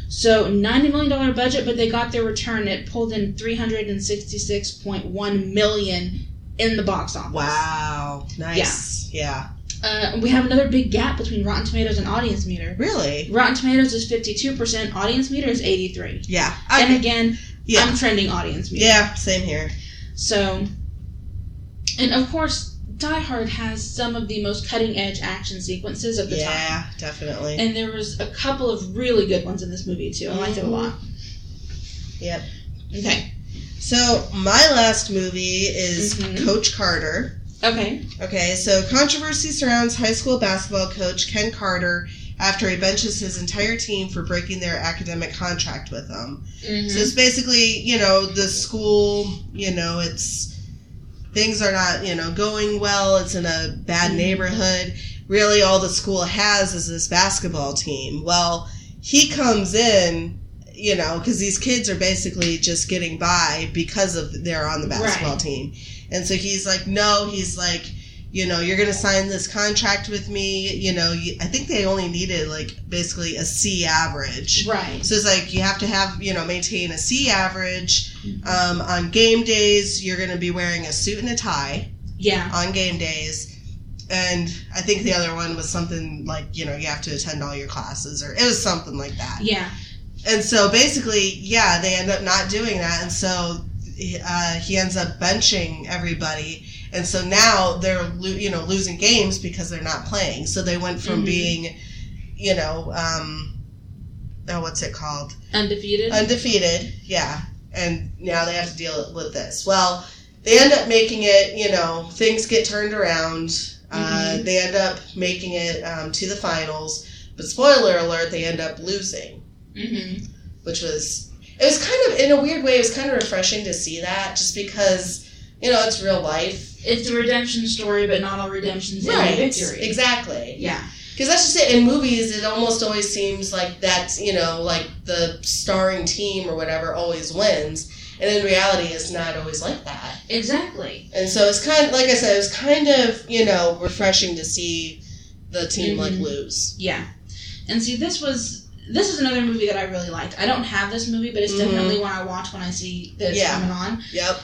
So ninety million dollar budget, but they got their return. It pulled in three hundred and sixty six point one million in the box office. Wow. Nice. Yeah. Uh, we have another big gap between Rotten Tomatoes and Audience Meter. Really? Rotten Tomatoes is fifty two percent. Audience Meter is eighty three. Yeah. And I, again, yeah. I'm trending Audience Meter. yeah. Same here. So, and of course, Die Hard has some of the most cutting edge action sequences of the time. Yeah. Definitely. And there was a couple of really good ones in this movie too. I liked it a lot. Yep. Okay. so my last movie is Mhm. Coach Carter. Okay. Okay, so controversy surrounds high school basketball coach Ken Carter after he benches his entire team for breaking their academic contract with them. Mm-hmm. So it's basically, you know, the school, you know, it's things are not, you know, going well. It's in a bad Mhm. neighborhood. Really, all the school has is this basketball team. Well, he comes in, you know, because these kids are basically just getting by because of they're on the basketball Right. team. And so he's like, no, he's like, you know, you're going to sign this contract with me. You know, you, I think they only needed like basically a C average. Right. So it's like you have to have, you know, maintain a C average. Um, on game days, you're going to be wearing a suit and a tie Yeah. on game days. And I think the other one was something like, you know, you have to attend all your classes or it was something like that. Yeah. And so basically, yeah, they end up not doing that. And so uh, he ends up benching everybody. And so now they're, lo- you know, losing games because they're not playing. So they went from Mhm. being, you know, um, oh, what's it called? Undefeated. undefeated yeah and now they have to deal with this well they end up making it you know things get turned around uh, Mhm. they end up making it um, to the finals but spoiler alert they end up losing hmm which was it was kind of in a weird way it was kind of refreshing to see that just because you know it's real life It's a redemption story, but not all redemptions end in victory. exactly Yeah. Because that's just it. In movies, it almost always seems like that's, you know, like the starring team or whatever always wins. And in reality, it's not always like that. Exactly. And so it's kind of, like I said, it was kind of, you know, refreshing to see the team, like, Mhm. lose. Yeah. And see, this was this is another movie that I really liked. I don't have this movie, but it's Mhm. definitely one I watch when I see that it's Yeah. coming on. Yep.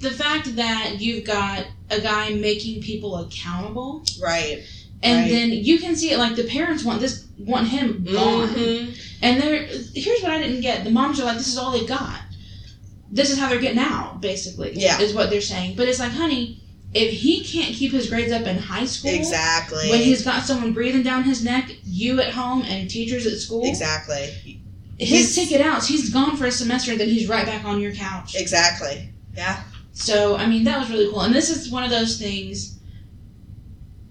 The fact that you've got a guy making people accountable, Right. and Right. then you can see it like the parents want this want him gone, Mhm. and they're here's what I didn't get: the moms are like, this is all they've got. This is how they're getting out, basically. Yeah. is what they're saying. But it's like, honey, if he can't keep his grades up in high school, Exactly. when he's got someone breathing down his neck, you at home and teachers at school, exactly. his He's- ticket out, he's gone for a semester, then he's right back on your couch. Exactly. Yeah. So, I mean, that was really cool. And this is one of those things.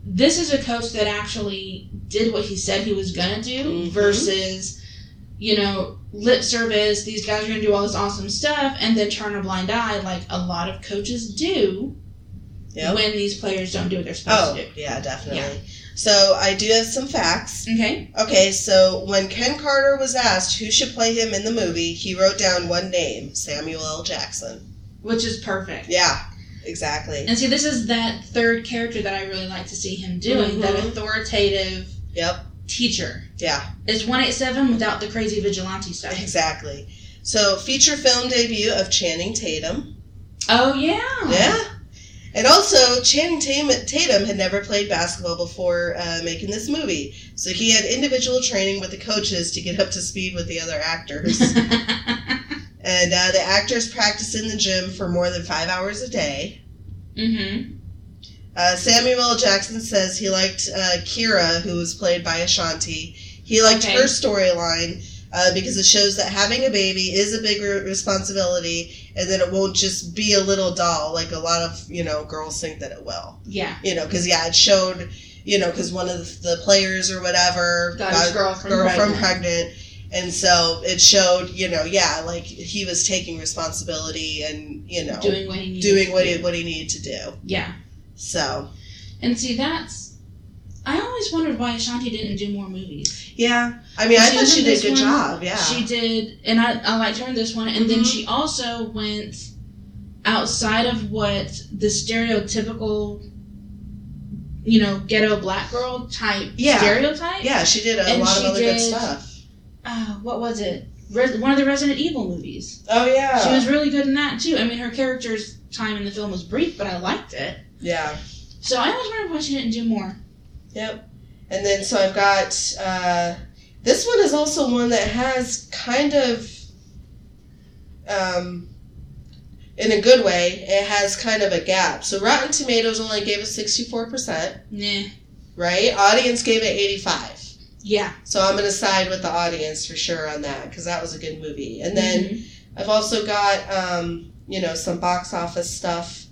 This is a coach that actually did what he said he was going to do Mhm. versus, you know, lip service. These guys are going to do all this awesome stuff and then turn a blind eye like a lot of coaches do Yep. when these players don't do what they're supposed Oh, to do. yeah, definitely. So I do have some facts. Okay. Okay, so when Ken Carter was asked who should play him in the movie, he wrote down one name Samuel L. Jackson. Which is perfect. Yeah, exactly. And see, this is that third character that I really like to see him doing that Mhm. authoritative Yep, teacher. yeah. Is 187 without the crazy vigilante stuff. Exactly. So, feature film debut of Channing Tatum. Oh, yeah. Yeah. And also, Channing Tam- Tatum had never played basketball before uh, making this movie. So, he had individual training with the coaches to get up to speed with the other actors. and uh, the actors practiced in the gym for more than five hours a day. mm-hmm. Uh, Samuel L. Jackson says he liked uh, Kira, who was played by Ashanti. He liked Okay. her storyline uh, because it shows that having a baby is a big re- responsibility, and that it won't just be a little doll like a lot of you know girls think that it will. Yeah. You know, because yeah, it showed you know because one of the players or whatever Got his a girlfriend girl from pregnant. pregnant. And so it showed, you know, yeah, like he was taking responsibility and, you know, doing, Doing what he needs. what, he, what he needed to do. Yeah. So, And see, that's. I always wondered why Ashanti didn't do more movies. Yeah. I mean, I She thought was she in did a this good one. job. Yeah. She did, and I, I liked her in this one. And then Mhm. she also went outside of what the stereotypical, you know, ghetto black girl type Yeah. stereotype. yeah, she did a And lot of she other good did- stuff. Uh, what was it? Res- one of the Resident Evil movies. Oh yeah. She was really good in that too. I mean, her character's time in the film was brief, but I liked it. yeah. So I always wondered why she didn't do more. Yep. And then so I've got uh, this one is also one that has kind of um in a good way, it has kind of a gap. So Rotten Tomatoes only gave it 64%, Nah. right? Audience gave it 85. Yeah. So I'm going to side with the audience for sure on that cuz that was a good movie. And then Mhm. I've also got um, you know some box office stuff.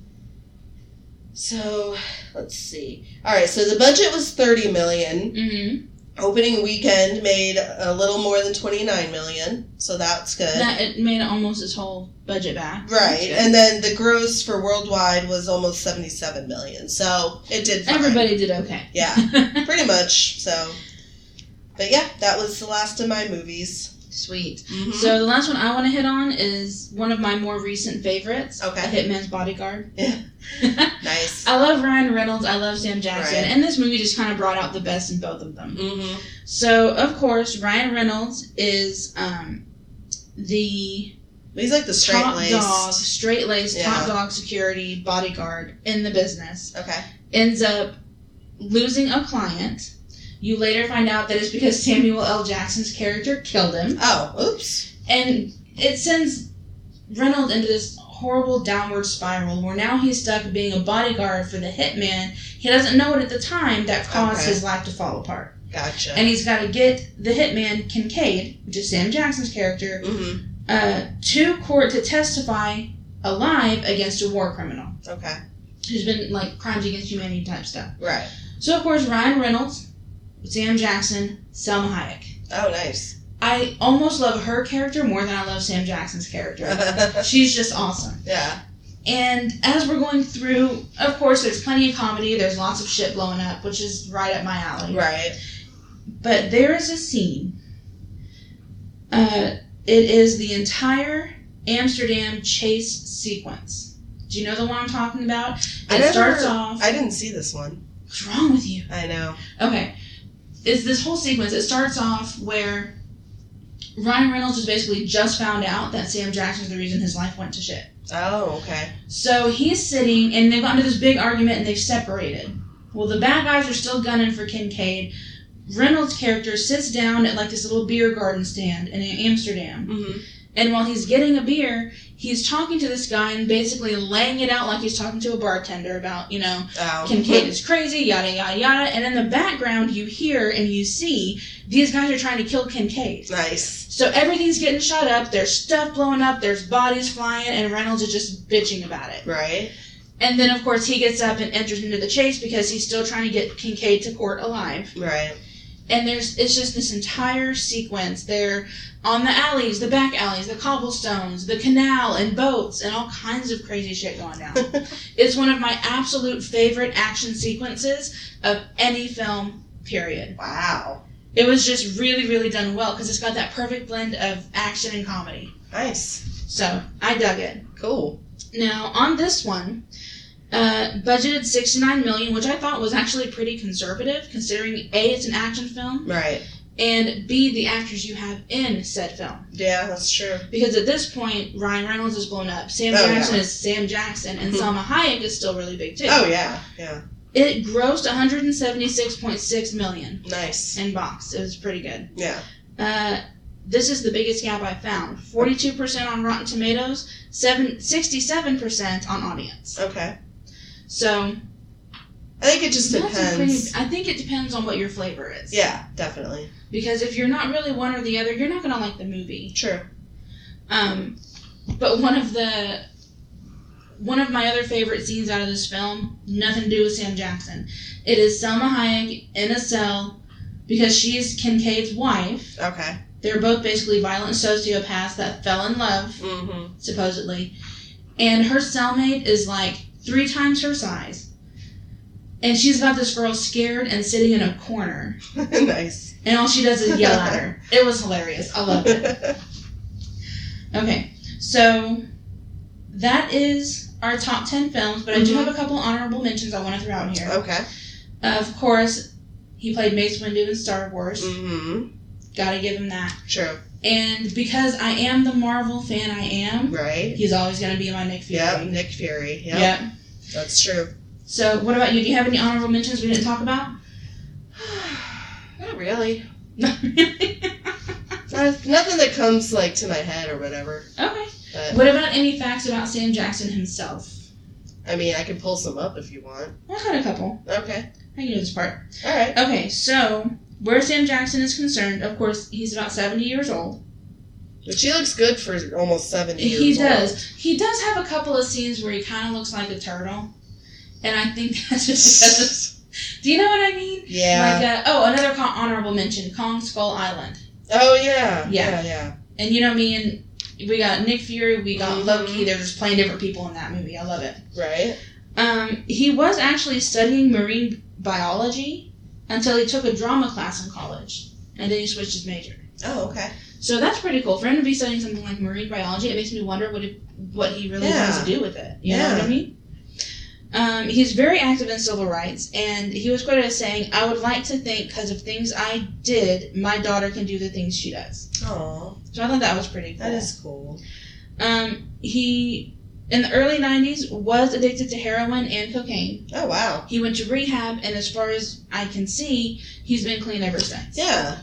So let's see. All right, so the budget was thirty million. Mhm. Opening weekend made a little more than twenty nine million, so that's good. That it made almost its whole budget back. right, That's good. and then the gross for worldwide was almost seventy seven million, so it did. Fine. everybody did okay. yeah, pretty much. So, but yeah, that was the last of my movies. Sweet. Mm-hmm. So the last one I want to hit on is one of my more recent favorites. Okay. A Hitman's Bodyguard. Yeah. nice. I love Ryan Reynolds. I love Sam Jackson. Right. And this movie just kind of brought out the best in both of them. Mm-hmm. So of course Ryan Reynolds is um, the He's like the straight top dog, laced. straight laced, Yeah. top dog security bodyguard in the business, Okay. ends up losing a client. You later find out that it's because Samuel L. Jackson's character killed him, Oh, oops. and it sends Reynolds into this horrible downward spiral where now he's stuck being a bodyguard for the hitman. He doesn't know it at the time that caused Okay. his life to fall apart, Gotcha. and he's got to get the hitman Kincaid, which is Sam Jackson's character, mm-hmm. uh, to court to testify alive against a war criminal Okay. who's been like crimes against humanity type stuff. Right. So of course Ryan Reynolds, Sam Jackson, Selma Hayek. Oh, nice. I almost love her character more than I love Sam Jackson's character. yeah. She's just awesome. And as we're going through, of course, there's plenty of comedy. There's lots of shit blowing up, which is right up my alley. Right. But there is a scene. Uh, it is the entire Amsterdam chase sequence. Do you know the one I'm talking about? It I never- starts off. I didn't see this one. what's wrong with you? I know. Okay. Is this whole sequence? It starts off where Ryan Reynolds has basically just found out that Sam Jackson's the reason his life went to shit. Oh, okay. So he's sitting, and they've gotten to this big argument, and they've separated. Well, the bad guys are still gunning for Kincaid. Reynolds' character sits down at like this little beer garden stand in Amsterdam, Mm-hmm. And while he's getting a beer, he's talking to this guy and basically laying it out like he's talking to a bartender about, you know, Ow. Kincaid is crazy, yada, yada, yada. And in the background, you hear and you see these guys are trying to kill Kincaid. nice. So everything's getting shot up, there's stuff blowing up, there's bodies flying, and Reynolds is just bitching about it. Right? And then, of course, he gets up and enters into the chase because he's still trying to get Kincaid to court alive Right. and there's it's just this entire sequence they're on the alleys the back alleys the cobblestones the canal and boats and all kinds of crazy shit going down it's one of my absolute favorite action sequences of any film period Wow. it was just really really done well because it's got that perfect blend of action and comedy Nice. so i dug it Cool. now on this one, uh, budgeted sixty nine million, which I thought was actually pretty conservative, considering a it's an action film Right. and b the actors you have in said film. Yeah, that's true. Because at this point, Ryan Reynolds is blown up. Sam Oh, yeah. Jackson is Sam Jackson, and Mhm. Salma Hayek is still really big too. Oh, yeah. Yeah. It grossed one hundred and seventy six point six million Nice. in box. It was pretty good. Yeah. Uh, this is the biggest gap I found: forty two percent on Rotten Tomatoes, seven, 67 percent on audience. Okay. So I think it just That's a pretty- depends. I think it depends on what your flavor is. Yeah, definitely. Because if you're not really one or the other, you're not gonna like the movie. True. Um, but one of the one of my other favorite scenes out of this film, nothing to do with Sam Jackson. It is Selma Hayek in a cell because she's Kincaid's wife. Okay. They're both basically violent sociopaths that fell in love, Mm-hmm. supposedly. And her cellmate is like three times her size. And she's got this girl scared and sitting in a corner. nice. And all she does is yell at her. It was hilarious. I loved it. Okay, so that is our top 10 films, but I do Mhm. have a couple honorable mentions I want to throw out here. okay. Of course, he played Mace Windu in Star Wars. Mm-hmm. Gotta give him that. True. And because I am the Marvel fan I am, Right. he's always gonna be my Nick Fury. Yep. Nick Fury. Yep. Yep. That's true. So, what about you? Do you have any honorable mentions we didn't talk about? Not really. Not really. Not, nothing that comes like to my head or whatever. okay. But What about any facts about Sam Jackson himself? I mean, I can pull some up if you want. I got a couple. Okay. I can do this part. All right. Okay, so where Sam Jackson is concerned, of course, he's about 70 years old. But she looks good for almost seventy. Years he old. does. He does have a couple of scenes where he kind of looks like a turtle. And I think that's just because. Do you know what I mean? Yeah. Like, uh, oh, another co- honorable mention Kong Skull Island. oh yeah. Yeah. Yeah. Yeah. And you know me and. We got Nick Fury, we got Mhm. Loki. They're just playing different people in that movie. I love it. Right. Um, he was actually studying marine biology until he took a drama class in college, and then he switched his major. Oh okay. So that's pretty cool. For him to be studying something like marine biology, it makes me wonder what it, what he really Yeah. wants to do with it. You know what I Yeah. mean? Um, he's very active in civil rights, and he was quoted as saying, "I would like to think because of things I did, my daughter can do the things she does." Oh, So I thought that was pretty cool. that is cool. Um, he in the early '90s was addicted to heroin and cocaine. Oh wow. He went to rehab, and as far as I can see, he's been clean ever since. Yeah.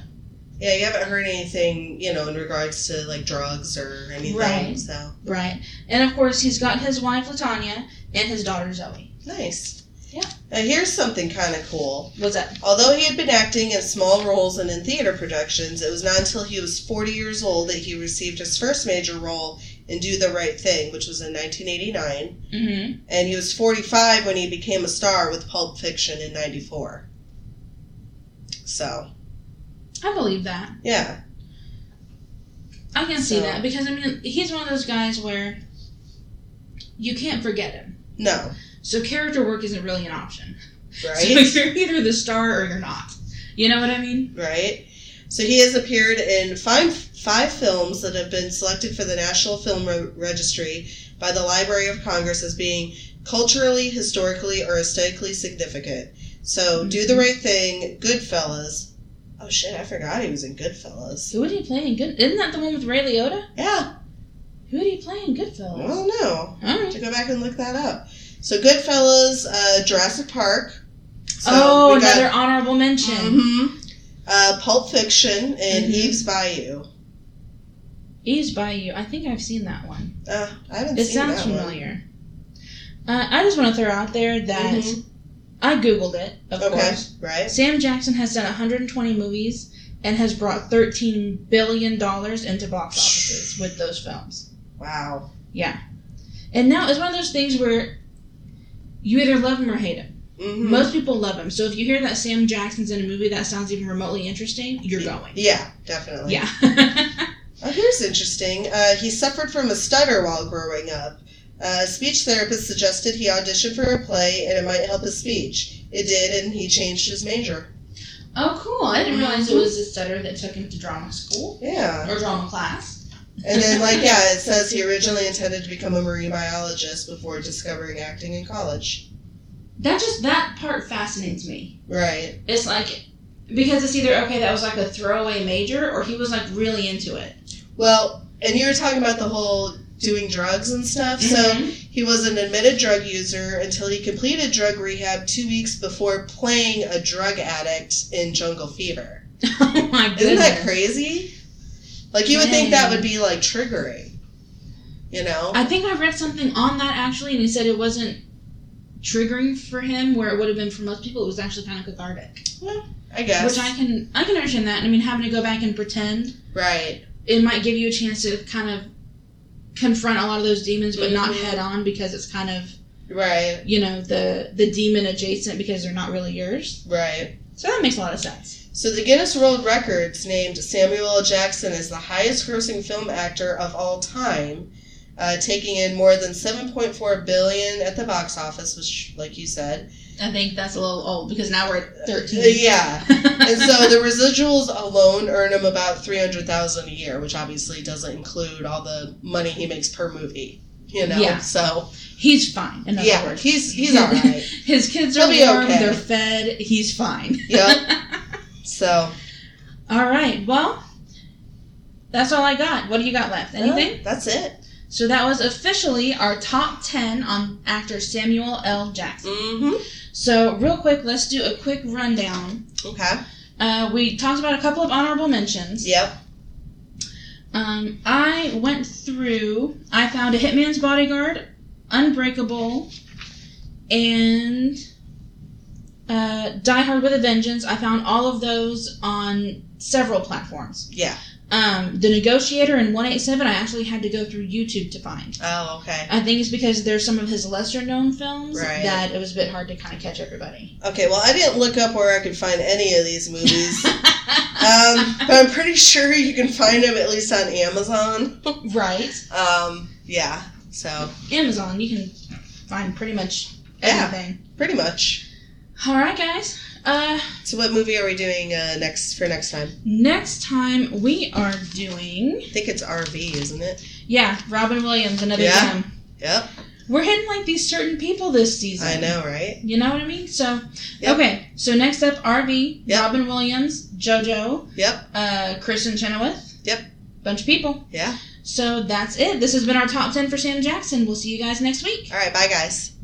Yeah. You haven't heard anything, you know, in regards to like drugs or anything. Right. So Right. And of course, he's got his wife Latanya and his daughter Zoe. nice. Yeah. Now here's something kind of cool. What's up? Although he had been acting in small roles and in theater productions, it was not until he was 40 years old that he received his first major role in Do the Right Thing, which was in 1989, Mm-hmm. and he was 45 when he became a star with Pulp Fiction in 94. So, I believe that. yeah, I can see So- that because I mean he's one of those guys where you can't forget him. no, So character work isn't really an option. right? So you're either the star or you're not. You know what I mean? right? So he has appeared in five five films that have been selected for the National Film Re- Registry by the Library of Congress as being culturally, historically, or aesthetically significant. So Do the Right Thing, Goodfellas. Oh shit, I forgot he was in Goodfellas. Who did he play in Good? Isn't that the one with Ray Liotta? Yeah, Who did he play in I Goodfellas? don't know. All I have to right. go back and look that up. So Goodfellas, uh, Jurassic Park. So oh, we got- Um, another honorable mention. Mhm. Uh, Pulp Fiction and Mhm. Eve's Bayou. Ease by You. I think I've seen that one. Uh, I haven't It seen sounds that familiar. Uh, I just want to throw out there that Mhm. I googled it, of one. Okay, course. right? Sam Jackson has done 120 movies and has brought 13 billion dollars into box offices with those films. Wow. Yeah, and now it's one of those things where you either love him or hate him. Mhm. Most people love him, so if you hear that Sam Jackson's in a movie that sounds even remotely interesting, you're going. yeah, definitely. Yeah. Oh, here's interesting. Uh, he suffered from a stutter while growing up. Uh, a speech therapist suggested he audition for a play and it might help his speech. It did, and he changed his major. oh, cool! I didn't realize it was a stutter that took him to drama school Yeah. or drama class. And then, like, yeah, it says he originally intended to become a marine biologist before discovering acting in college. That just that part fascinates me. Right. It's like because it's either okay that was like a throwaway major or he was like really into it. Well, and you were talking about the whole doing drugs and stuff. Mm-hmm. So He was an admitted drug user until he completed drug rehab two weeks before playing a drug addict in Jungle Fever. oh my goodness. Isn't that crazy? Like, you would think that Dang. would be like triggering, you know? I think I read something on that actually and he said it wasn't triggering for him where it would have been for most people it was actually kind of cathartic. I guess. Which I can I can understand that. I mean having to go back and pretend right. it might give you a chance to kind of confront a lot of those demons but not Mhm. head on because it's kind of Right. you know the the demon adjacent because they're not really yours. Right. So that makes a lot of sense. So, the Guinness World Records named Samuel L. Jackson as the highest grossing film actor of all time, uh, taking in more than $7.4 billion at the box office, which, like you said. I think that's a little old because now we're at Uh, 13. Yeah. and so the residuals alone earn him about 300000 a year which obviously doesn't include all the money he makes per movie you know Yeah. so he's fine. In other yeah words. he's he's all right His kids are He'll be warm, okay. they're fed, he's fine. Yep. so All right, well, that's all I got. What do you got left? Anything? uh, that's it So that was officially our top 10 on actor Samuel L. Jackson. mm-hmm. So, real quick, let's do a quick rundown. okay Uh, we talked about a couple of honorable mentions. yep Um, I went through. I found a Hitman's Bodyguard, Unbreakable, and uh, Die Hard with a Vengeance. I found all of those on several platforms. yeah Um, the Negotiator and 187. I actually had to go through YouTube to find. oh okay I think it's because there's some of his lesser known films Right. that it was a bit hard to kind of catch everybody. okay well i didn't look up where i could find any of these movies um, but i'm pretty sure you can find them at least on amazon right. um, yeah so Amazon. You can find pretty much Yeah. everything. pretty much All right, guys. Uh, so what movie are we doing uh, next for next time Next time we are doing i think it's rv isn't it yeah Robin Williams another Yeah. time. Yep, We're hitting like these certain people this season. I know, right? You know what I mean? So Yep. okay. So next up RV Yep. Robin Williams JoJo Yep, uh, Kristen Chenoweth. Yep. Bunch of people. yeah. So that's it. This has been our top ten for Sam Jackson. We'll see you guys next week. All right, bye, guys.